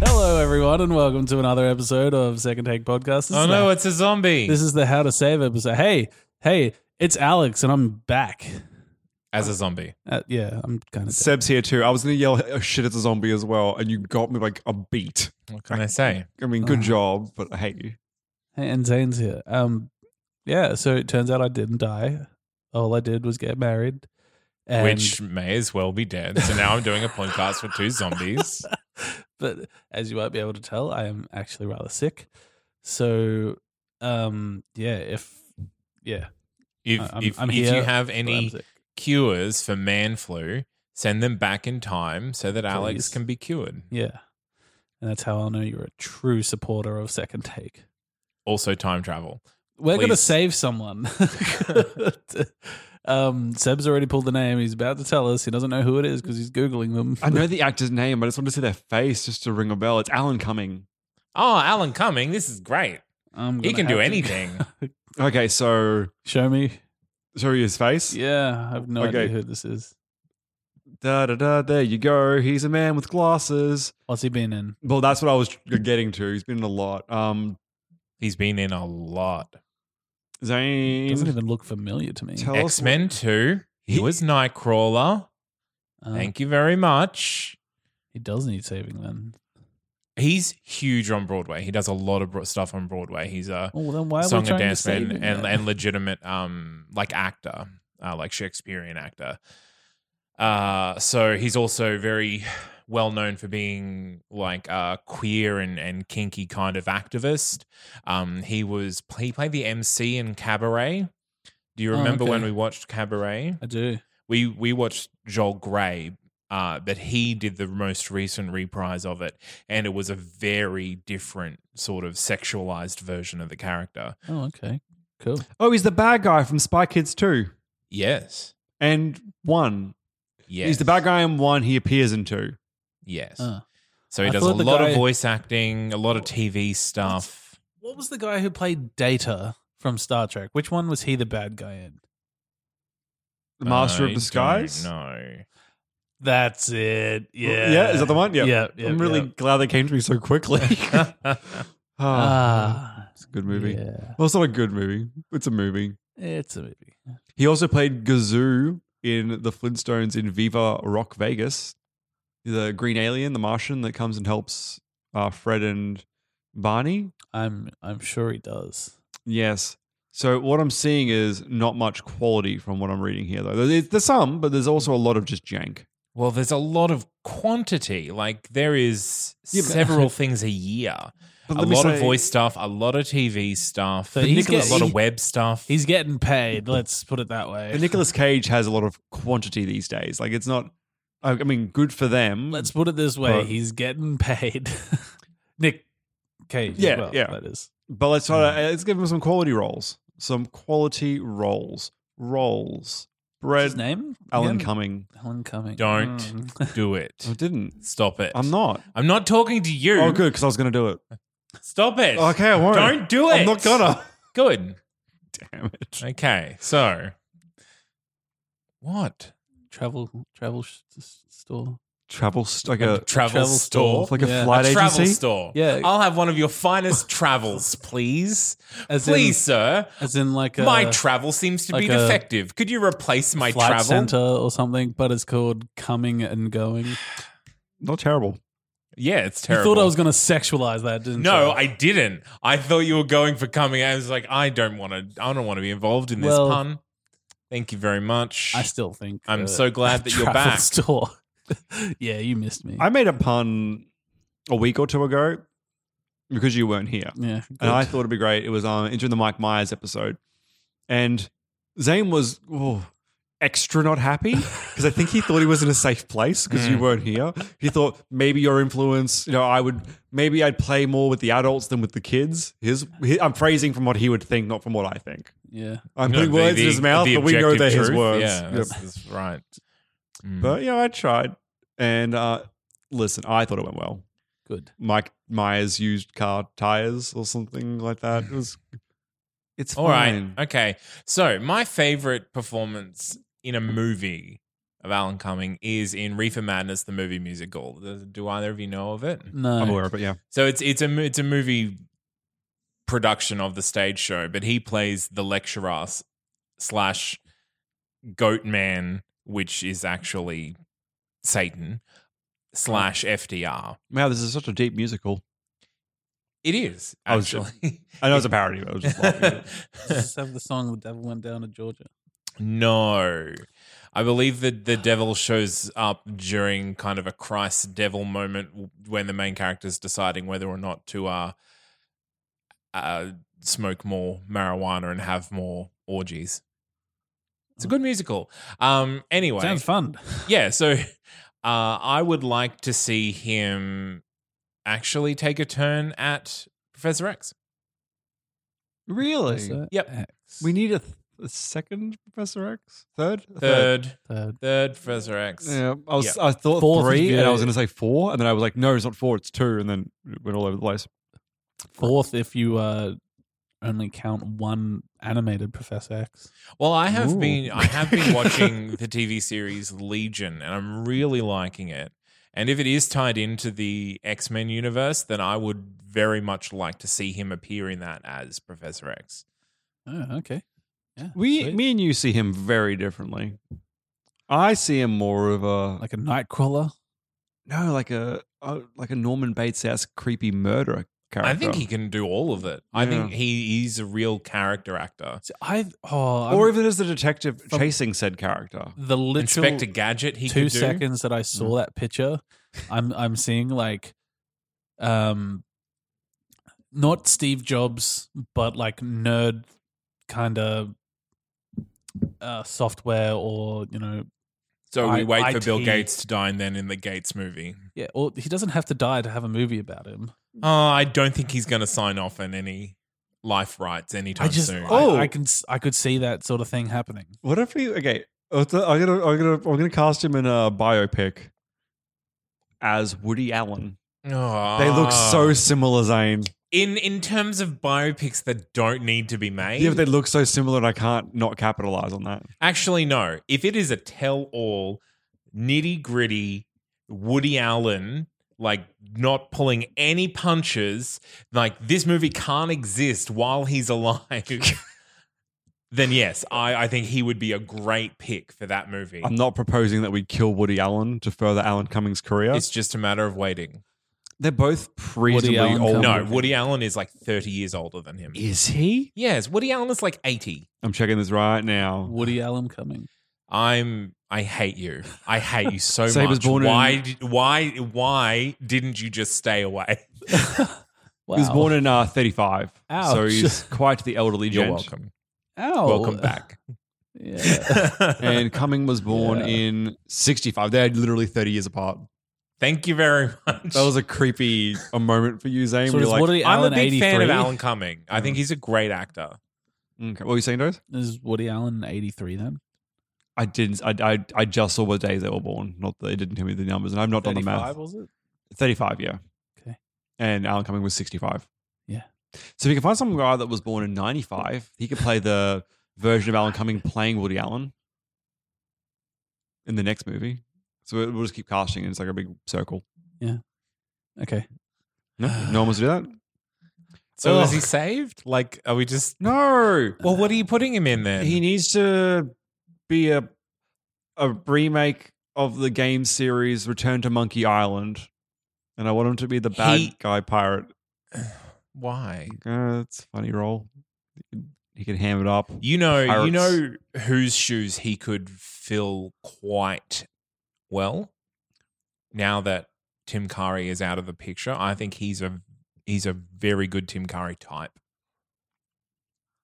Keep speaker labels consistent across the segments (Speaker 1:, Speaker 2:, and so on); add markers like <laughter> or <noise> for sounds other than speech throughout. Speaker 1: Hello, everyone, and welcome to another episode of Second Take Podcast. This
Speaker 2: Oh
Speaker 1: is
Speaker 2: no,
Speaker 1: the,
Speaker 2: it's a zombie.
Speaker 1: this is the How to Save episode. Hey, hey, it's Alex, and I'm back.
Speaker 2: As a zombie.
Speaker 1: Uh, yeah, I'm kind of.
Speaker 3: Seb's here too. I was gonna yell oh, shit it's a zombie as well, and you got me like a beat.
Speaker 2: What can I say?
Speaker 3: I mean, good job, but I hate you.
Speaker 1: Hey, and Zane's here. Um, yeah. So it turns out I didn't die. All I did was get married. And,
Speaker 2: Which may as well be dead. So now I'm doing a podcast with two
Speaker 1: <laughs>
Speaker 2: zombies.
Speaker 1: but as you might be able to tell, I am actually rather sick. So, um, yeah, if yeah,
Speaker 2: If
Speaker 1: I- I'm-
Speaker 2: if,
Speaker 1: I'm
Speaker 2: if
Speaker 1: here,
Speaker 2: you have
Speaker 1: but I'm
Speaker 2: any
Speaker 1: sick.
Speaker 2: cures for man flu, send them back in time so that Alex
Speaker 1: Please.
Speaker 2: can be cured.
Speaker 1: yeah, and that's how I'll know you're a true supporter of Second Take.
Speaker 2: Also time travel.
Speaker 1: We're going to
Speaker 2: Please.
Speaker 1: save someone. <laughs> um, Seb's already pulled the name. He's about to tell us. He doesn't know who it is because he's Googling them.
Speaker 3: I know the actor's name, but I just want to see their face just to ring a bell. It's Alan Cumming.
Speaker 2: Oh, Alan Cumming, this is great.
Speaker 1: <laughs> I'm
Speaker 2: He
Speaker 1: gonna
Speaker 2: can do
Speaker 1: have to-
Speaker 2: anything.
Speaker 1: <laughs>
Speaker 3: Okay, so
Speaker 1: Show me.
Speaker 3: show you his face.
Speaker 1: Yeah, I have no
Speaker 3: Okay.
Speaker 1: idea who this is.
Speaker 3: Da da da. There you go. He's a man with glasses.
Speaker 1: What's he been in?
Speaker 3: Well, that's what I was getting to. He's been in a lot. Um,
Speaker 2: He's been in a lot.
Speaker 1: He doesn't
Speaker 3: Zane.
Speaker 1: even look familiar to me.
Speaker 3: Tell us
Speaker 2: X Men 2. He
Speaker 3: He-
Speaker 2: was Nightcrawler.
Speaker 1: Uh,
Speaker 2: Thank you very much.
Speaker 1: He does need saving then.
Speaker 2: He's huge on Broadway. He does a lot of bro- stuff on Broadway. He's a
Speaker 1: Oh, well, then why are
Speaker 2: song
Speaker 1: we
Speaker 2: and
Speaker 1: trying
Speaker 2: dance
Speaker 1: to save
Speaker 2: man
Speaker 1: him
Speaker 2: and,
Speaker 1: then?
Speaker 2: and legitimate um like actor uh, like shakespearean actor uh so he's also very well known for being like uh queer and and kinky kind of activist um he was he played the mc in cabaret do you
Speaker 1: Oh,
Speaker 2: remember when
Speaker 1: okay.
Speaker 2: we watched cabaret
Speaker 1: I do.
Speaker 2: we we watched Joel Grey, uh, but he did the most recent reprise of it, and it was a very different sort of sexualized version of the character.
Speaker 1: Oh, okay. Cool.
Speaker 3: Oh, he's the bad guy from Spy Kids two
Speaker 2: Yes,
Speaker 3: and one.
Speaker 2: yes,
Speaker 3: He's the bad guy in one. He appears in two.
Speaker 2: Yes,
Speaker 1: Uh,
Speaker 2: so he
Speaker 1: I
Speaker 2: does a
Speaker 1: thought the
Speaker 2: lot
Speaker 1: guy-
Speaker 2: of voice acting, a lot of TV stuff.
Speaker 1: what was the guy who played Data from Star Trek? Which one was he the bad guy in?
Speaker 3: The Master
Speaker 2: I
Speaker 3: of Disguise.
Speaker 2: don't know.
Speaker 1: That's it. Yeah.
Speaker 3: Yeah, is that the one? Yeah.
Speaker 1: Yeah. yeah,
Speaker 3: I'm really
Speaker 1: yeah.
Speaker 3: glad they came to me so
Speaker 2: <laughs>
Speaker 3: quickly. <laughs> Ah,
Speaker 1: Ah,
Speaker 3: it's a good movie.
Speaker 1: Yeah.
Speaker 3: Well, it's not a good movie. It's a movie.
Speaker 1: It's a movie.
Speaker 3: He also played Gazoo in The Flintstones in Viva Rock Vegas. The green alien, the Martian that comes and helps uh, Fred and Barney.
Speaker 1: I'm I'm sure he does.
Speaker 3: Yes. So what I'm seeing is not much quality from what I'm reading here, though. There's, there's some, but there's also a lot of just jank.
Speaker 2: Well, there's a lot of quantity. Like there is
Speaker 3: Yeah, but- <laughs>
Speaker 2: several things a year.
Speaker 3: But
Speaker 2: a
Speaker 3: let me
Speaker 2: lot of
Speaker 3: say-
Speaker 2: voice stuff, a lot of TV stuff,
Speaker 1: So he's
Speaker 2: a lot
Speaker 1: getting-
Speaker 2: of web stuff.
Speaker 1: He's getting paid. Let's put it that way.
Speaker 3: But Nicolas Cage has a lot of quantity these days. Like it's not. I I mean, good for them.
Speaker 1: Let's put it this way:
Speaker 3: But-
Speaker 1: he's getting paid. <laughs> Nick Cage. as
Speaker 3: Yeah,
Speaker 1: well,
Speaker 3: yeah.
Speaker 1: That is.
Speaker 3: But let's try to let's give him some quality rolls. Some quality rolls. Rolls.
Speaker 1: What's
Speaker 3: Bread.
Speaker 1: his name?
Speaker 3: Alan
Speaker 1: again?
Speaker 3: Cumming.
Speaker 1: Alan Cumming.
Speaker 2: Don't
Speaker 1: Mm.
Speaker 2: do it.
Speaker 3: <laughs> I didn't.
Speaker 2: Stop it.
Speaker 3: I'm not.
Speaker 2: I'm not talking to you.
Speaker 3: Oh, good, because I was going to do it.
Speaker 2: Stop it.
Speaker 3: Okay, I won't.
Speaker 2: Don't do it.
Speaker 3: I'm not gonna.
Speaker 2: Good.
Speaker 3: Damn it.
Speaker 2: Okay. So, what?
Speaker 1: travel travel sh- s- store.
Speaker 3: Travel st- like a
Speaker 2: travel,
Speaker 1: travel
Speaker 2: store.
Speaker 1: store.
Speaker 3: it's like a
Speaker 1: Yeah.
Speaker 3: flight
Speaker 2: a travel
Speaker 3: agency.
Speaker 2: store.
Speaker 1: Yeah.
Speaker 2: I'll have one of your
Speaker 3: <laughs>
Speaker 2: finest travels, please.
Speaker 1: As in-
Speaker 2: please, sir.
Speaker 1: As in like a
Speaker 2: my travel seems to be
Speaker 1: like a
Speaker 2: defective. Could you replace my
Speaker 1: flight
Speaker 2: travel?
Speaker 1: center or something, but it's called coming and going.
Speaker 3: Not terrible.
Speaker 2: Yeah, it's
Speaker 1: You
Speaker 2: terrible.
Speaker 1: thought I was going to sexualize that, didn't
Speaker 2: No,
Speaker 1: you?
Speaker 2: I didn't. I thought you were going for coming. I was like, I don't want to. I don't want to be involved in this
Speaker 1: Well-
Speaker 2: pun. Thank you very much.
Speaker 1: I still think
Speaker 2: I'm
Speaker 1: that <laughs>
Speaker 2: so glad that you're
Speaker 1: travel
Speaker 2: back.
Speaker 1: Store. <laughs> yeah, you missed me.
Speaker 3: I made a pun a week or two ago because you weren't here.
Speaker 1: yeah, good.
Speaker 3: and I thought it'd be great. It was um, entering the Mike Myers episode, and Zane was oh, extra
Speaker 2: <laughs>
Speaker 3: not happy because I think he thought he was in a safe place because
Speaker 2: Mm.
Speaker 3: you weren't here. He thought maybe your influence, you know, I would maybe I'd play more with the adults than with the kids. His, hi- I'm phrasing from what he would think, not from what I think.
Speaker 1: yeah.
Speaker 3: I'm
Speaker 2: No,
Speaker 3: putting
Speaker 2: the-
Speaker 3: words
Speaker 2: the-
Speaker 3: in his mouth,
Speaker 2: the
Speaker 3: but we know
Speaker 2: objective
Speaker 3: they're his
Speaker 2: truth.
Speaker 3: words.
Speaker 2: Yeah,
Speaker 3: Yep.
Speaker 2: that's, that's right. Mm.
Speaker 3: But yeah, I tried, and uh, listen, I thought it went well.
Speaker 1: Good.
Speaker 3: Mike Myers used car tires or something like that. It was. <sighs> It's
Speaker 2: All right.
Speaker 3: fine.
Speaker 2: Okay. So, my favorite performance in a movie of Alan Cumming is in Reefer Madness, the movie musical. Do either of you know of it?
Speaker 1: No.
Speaker 3: I'm aware of it. Yeah.
Speaker 2: So it's it's a mo- it's a movie production of the stage show, but he plays the lecturer s- slash goat man, which is actually Satan
Speaker 3: Oh.
Speaker 2: slash FDR.
Speaker 3: Wow, this is such a deep musical.
Speaker 2: It is
Speaker 3: I was just-
Speaker 2: actually.
Speaker 3: I know it's a parody, but I was just laughing.
Speaker 2: <laughs>
Speaker 3: at it.
Speaker 1: Does <laughs> this have the song "The Devil Went Down to Georgia"?
Speaker 2: No. I believe that the devil shows up during kind of a Christ devil moment w- when the main character is deciding whether or not to uh, uh, smoke more marijuana and have more orgies. It's a good musical. Um, anyway,
Speaker 1: Oh. Sounds fun.
Speaker 2: yeah, so <laughs> uh, I would like to see him actually take a turn at Professor X.
Speaker 3: <laughs> Really?
Speaker 2: Yep.
Speaker 1: X.
Speaker 3: We need a, th- a second Professor X? Third? A
Speaker 2: Third,
Speaker 1: Third.
Speaker 2: third Professor X.
Speaker 3: Yeah, I was.
Speaker 2: Yeah.
Speaker 3: I thought
Speaker 1: Fourth is
Speaker 3: three, and I
Speaker 1: good.
Speaker 3: was going to say four, and then I was like, "No, it's not four; it's two, and then it went all over the place.
Speaker 1: fourth if you uh, only count one animated Professor X.
Speaker 2: Well, I have
Speaker 3: Ooh.
Speaker 2: been I have been
Speaker 3: <laughs>
Speaker 2: watching the TV series Legion and I'm really liking it. And if it is tied into the X-Men universe, then I would very much like to see him appear in that as Professor X.
Speaker 1: Oh, okay. Yeah,
Speaker 3: We,
Speaker 1: sweet.
Speaker 3: me, and you see him very differently. I see him more of a
Speaker 1: like a Nightcrawler.
Speaker 3: no, like a uh, like a Norman Bates esque creepy murderer character.
Speaker 2: I think he can do all of it. I think he he's a real character actor.
Speaker 1: See, I oh, I'm-
Speaker 3: or even as the detective
Speaker 1: From-
Speaker 3: chasing said character.
Speaker 1: the literal
Speaker 2: Inspector Gadget he
Speaker 1: two
Speaker 2: could do.
Speaker 1: seconds that I saw that picture, I'm I'm seeing like, um, not Steve Jobs, but like nerd kind of uh, software or you know
Speaker 2: So we
Speaker 1: I-
Speaker 2: wait for
Speaker 1: IT.
Speaker 2: Bill Gates to die and then in the Gates movie.
Speaker 1: yeah. Or he doesn't have to die to have a movie about him.
Speaker 2: Oh, I don't think he's going to sign off on any life rights anytime
Speaker 1: I just
Speaker 2: soon.
Speaker 3: Oh.
Speaker 1: I, I can s- I could see that sort of thing happening.
Speaker 3: What if we okay? uh, I'm gonna I'm gonna I'm gonna cast him in a biopic as Woody Allen.
Speaker 2: Oh.
Speaker 3: They look so similar, Zane.
Speaker 2: in in terms of biopics that don't need to be made.
Speaker 3: Yeah, but they look so similar, and I can't not capitalize on that.
Speaker 2: actually, no. If it is a tell-all, nitty-gritty Woody Allen, like not pulling any punches, like this movie can't exist while he's alive. <laughs> Then yes, I, I think he would be a great pick for that movie.
Speaker 3: I'm not proposing that we kill Woody Allen to further Alan Cummings' career.
Speaker 2: It's just a matter of waiting.
Speaker 3: They're both reasonably
Speaker 1: Allen
Speaker 3: old.
Speaker 1: Cummings.
Speaker 2: No, Woody Allen is like 30 years older than him.
Speaker 3: is he?
Speaker 2: Yes, Woody Allen is like 80.
Speaker 3: I'm checking this right now.
Speaker 1: Woody Allen coming.
Speaker 2: I'm. I hate you. I hate you
Speaker 3: <laughs>
Speaker 2: so
Speaker 3: Saber's
Speaker 2: much.
Speaker 3: born in-
Speaker 2: why? d- Why? Why didn't you just stay away?
Speaker 1: Wow.
Speaker 3: He was born in uh, 35, so
Speaker 1: Ouch.
Speaker 3: he's quite the elderly
Speaker 2: You're
Speaker 3: gent.
Speaker 2: welcome.
Speaker 3: Oh.
Speaker 1: Ow.
Speaker 2: Welcome
Speaker 3: <laughs>
Speaker 2: back.
Speaker 1: <laughs> Yeah.
Speaker 3: And Cumming was born
Speaker 1: Yeah.
Speaker 3: in 65. They're literally 30 years apart.
Speaker 2: Thank you very much.
Speaker 3: That was a creepy a moment for you, Zane.
Speaker 1: So
Speaker 3: where
Speaker 1: is
Speaker 3: you're like,
Speaker 1: Woody
Speaker 2: I'm
Speaker 1: Allen
Speaker 2: a big fan of
Speaker 1: 83?
Speaker 2: Alan Cumming. I
Speaker 3: Mm.
Speaker 2: think he's a great actor.
Speaker 3: okay, "Mm, what were you saying, Dose?
Speaker 1: Is Woody Allen eighty three then?
Speaker 3: I didn't. I, I I just saw what days they were born. Not that they didn't tell me the numbers, and I've not done the math.
Speaker 1: 35, was it?
Speaker 3: Thirty-five, yeah.
Speaker 1: Okay.
Speaker 3: And Alan Cumming was sixty-five.
Speaker 1: Yeah.
Speaker 3: So if you can find some guy that was born in ninety-five, he could play the version of Alan Cumming playing Woody Allen in the next movie. So we'll just keep casting, and it's like a big circle.
Speaker 1: Okay.
Speaker 3: No, no one wants to do that.
Speaker 2: So is
Speaker 3: Ugh.
Speaker 2: he saved? Like, are we just?
Speaker 3: No,
Speaker 2: Well, what are you putting him in then? <sighs>
Speaker 3: he needs to be a a remake of the game series Return to Monkey Island, and I want him to be the bad
Speaker 2: He-
Speaker 3: guy pirate.
Speaker 2: why?
Speaker 3: Uh, it's a funny role. He can ham it up.
Speaker 2: You know, you
Speaker 3: Pirates.
Speaker 2: know whose shoes he could fill quite well. now that Tim Curry is out of the picture, I think he's a he's a very good Tim Curry type.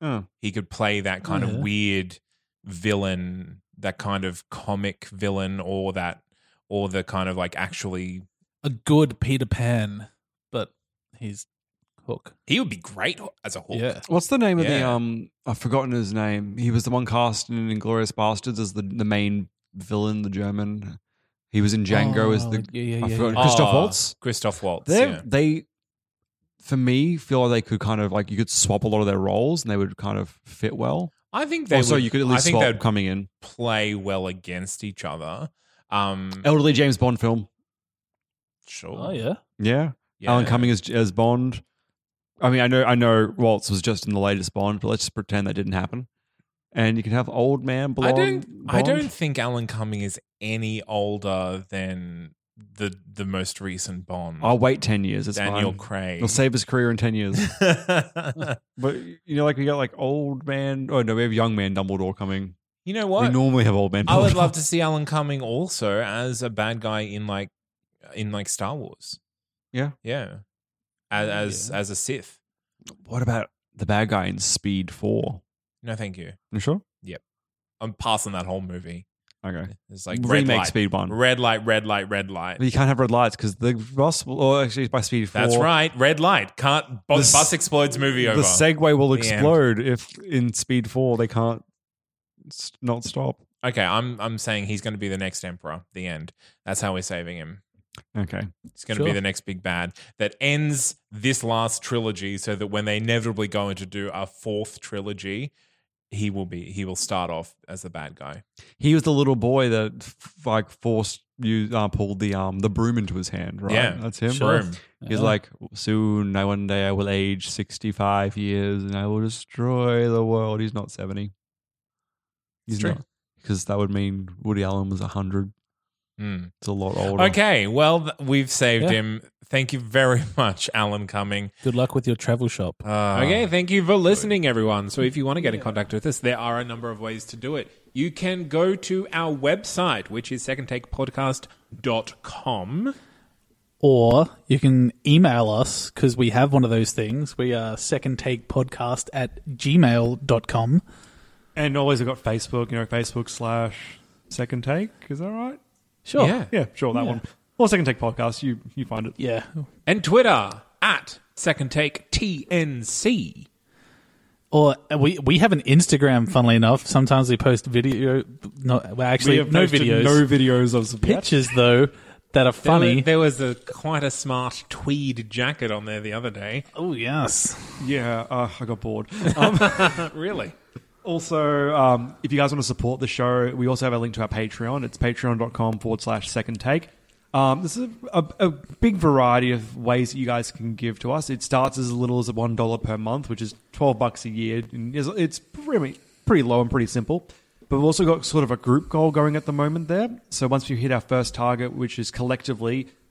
Speaker 3: Oh.
Speaker 2: He could play that kind
Speaker 1: Yeah.
Speaker 2: of weird villain, that kind of comic villain, or that or the kind of like actually
Speaker 1: A good Peter Pan, but he's Hook.
Speaker 2: he would be great as a Hulk.
Speaker 1: Yeah.
Speaker 3: What's the name of the
Speaker 2: Yeah.
Speaker 3: um? I've forgotten his name. He was the one cast in Inglorious Bastards as the, the main villain, the German. He was in Django as
Speaker 1: Oh,
Speaker 3: the
Speaker 1: yeah, yeah,
Speaker 3: I
Speaker 1: yeah,
Speaker 3: forgot-
Speaker 1: yeah.
Speaker 3: Christoph
Speaker 2: Ah,
Speaker 3: Waltz?
Speaker 2: Christoph Waltz.
Speaker 3: they
Speaker 2: yeah.
Speaker 3: they for me feel like they could kind of like you could swap a lot of their roles and they would kind of fit well.
Speaker 2: I think they
Speaker 3: also,
Speaker 2: would,
Speaker 3: Oh, you could at
Speaker 2: I
Speaker 3: least
Speaker 2: think
Speaker 3: swap
Speaker 2: they'd
Speaker 3: coming in.
Speaker 2: play well against each other. Um,
Speaker 3: Elderly James Bond film.
Speaker 2: sure.
Speaker 1: Oh yeah.
Speaker 3: Yeah,
Speaker 2: Yeah.
Speaker 3: Alan Cumming as as Bond. I mean, I know I know Waltz was just in the latest Bond, but let's just pretend that didn't happen. And you can have old man
Speaker 2: I
Speaker 3: blonde.
Speaker 2: don't. I
Speaker 3: Bond.
Speaker 2: don't think Alan Cumming is any older than the the most recent Bond.
Speaker 3: I'll wait ten years. It's
Speaker 2: Daniel
Speaker 3: fine.
Speaker 2: Craig.
Speaker 3: He'll save his career in ten years. But you know, like we got like old man. Oh no, we have young man Dumbledore coming.
Speaker 2: <laughs> you know
Speaker 3: We
Speaker 2: what?
Speaker 3: normally have old man.
Speaker 2: I would love
Speaker 3: Dumbledore.
Speaker 2: to see Alan Cumming also as a bad guy in like in like Star Wars.
Speaker 3: Yeah.
Speaker 2: Yeah. As as,
Speaker 1: Oh, Yeah.
Speaker 2: as a Sith.
Speaker 3: What about the bad guy in Speed Four?
Speaker 2: No, thank you.
Speaker 3: You sure?
Speaker 2: I'm passing that whole movie.
Speaker 3: Okay.
Speaker 2: It's like red
Speaker 3: Remake
Speaker 2: light,
Speaker 3: Speed One.
Speaker 2: red light, red light, red light.
Speaker 3: But you can't have red lights because the bus. Will, or actually, by Speed Four,
Speaker 2: That's right. Red light. Can't bu-
Speaker 3: The s-
Speaker 2: bus explodes movie
Speaker 3: The
Speaker 2: over.
Speaker 3: Segway will
Speaker 2: The end.
Speaker 3: explode if in Speed Four they can't s- not stop.
Speaker 2: okay, I'm I'm saying he's going to be the next emperor. The end. That's how we're saving him.
Speaker 3: Okay.
Speaker 2: It's going to
Speaker 1: Sure.
Speaker 2: be the next big bad that ends this last trilogy, so that when they inevitably go into do a fourth trilogy, he will be he will start off as the bad guy.
Speaker 3: He was the little boy that f- like forced you uh, pulled the um the broom into his hand, right?
Speaker 2: Yeah.
Speaker 3: that's him.
Speaker 1: Sure.
Speaker 2: Boom.
Speaker 1: Yeah.
Speaker 3: He's like, soon, I one day I will age sixty five years and I will destroy the world. He's not seventy. He's
Speaker 2: true.
Speaker 3: not because that would mean Woody Allen was hundred.
Speaker 2: Hmm.
Speaker 3: It's a lot older.
Speaker 2: Okay, well th- we've saved
Speaker 1: Yeah.
Speaker 2: him. Thank you very <laughs> much, Alan Cumming.
Speaker 1: Good luck with your travel shop.
Speaker 3: uh,
Speaker 2: okay, thank you for listening, everyone. So, if you want to get in contact with us, there are a number of ways to do it. You can go to our website, which is secondtakepodcast.com.
Speaker 1: Or you can email us because we have one of those things. We are second take podcast at gmail.com.
Speaker 3: And always I've got Facebook, you know, Facebook slash second take. Is that right?
Speaker 1: Sure.
Speaker 2: Yeah.
Speaker 3: Yeah, sure, that one. Or second take podcast, you you find it.
Speaker 1: Yeah.
Speaker 2: And Twitter at Second Take TNC.
Speaker 1: Or uh, we we have an Instagram, funnily enough. Sometimes we post video. No, well, actually, no videos.
Speaker 3: No videos of the
Speaker 1: pictures, though, that are funny.
Speaker 2: There was, there was a quite a smart tweed jacket on there the other day.
Speaker 1: oh, yes.
Speaker 3: Yeah, uh, I got bored.
Speaker 2: really?
Speaker 3: Also, um, if you guys want to support the show, we also have a link to our Patreon. It's patreon.com forward slash second take. Um, this is a, a, a big variety of ways that you guys can give to us. It starts as little as $1 per month, which is 12 bucks a year. And is- it's pretty, pretty low and pretty simple. But we've also got sort of a group goal going at the moment there. So once we hit our first target, which is collectively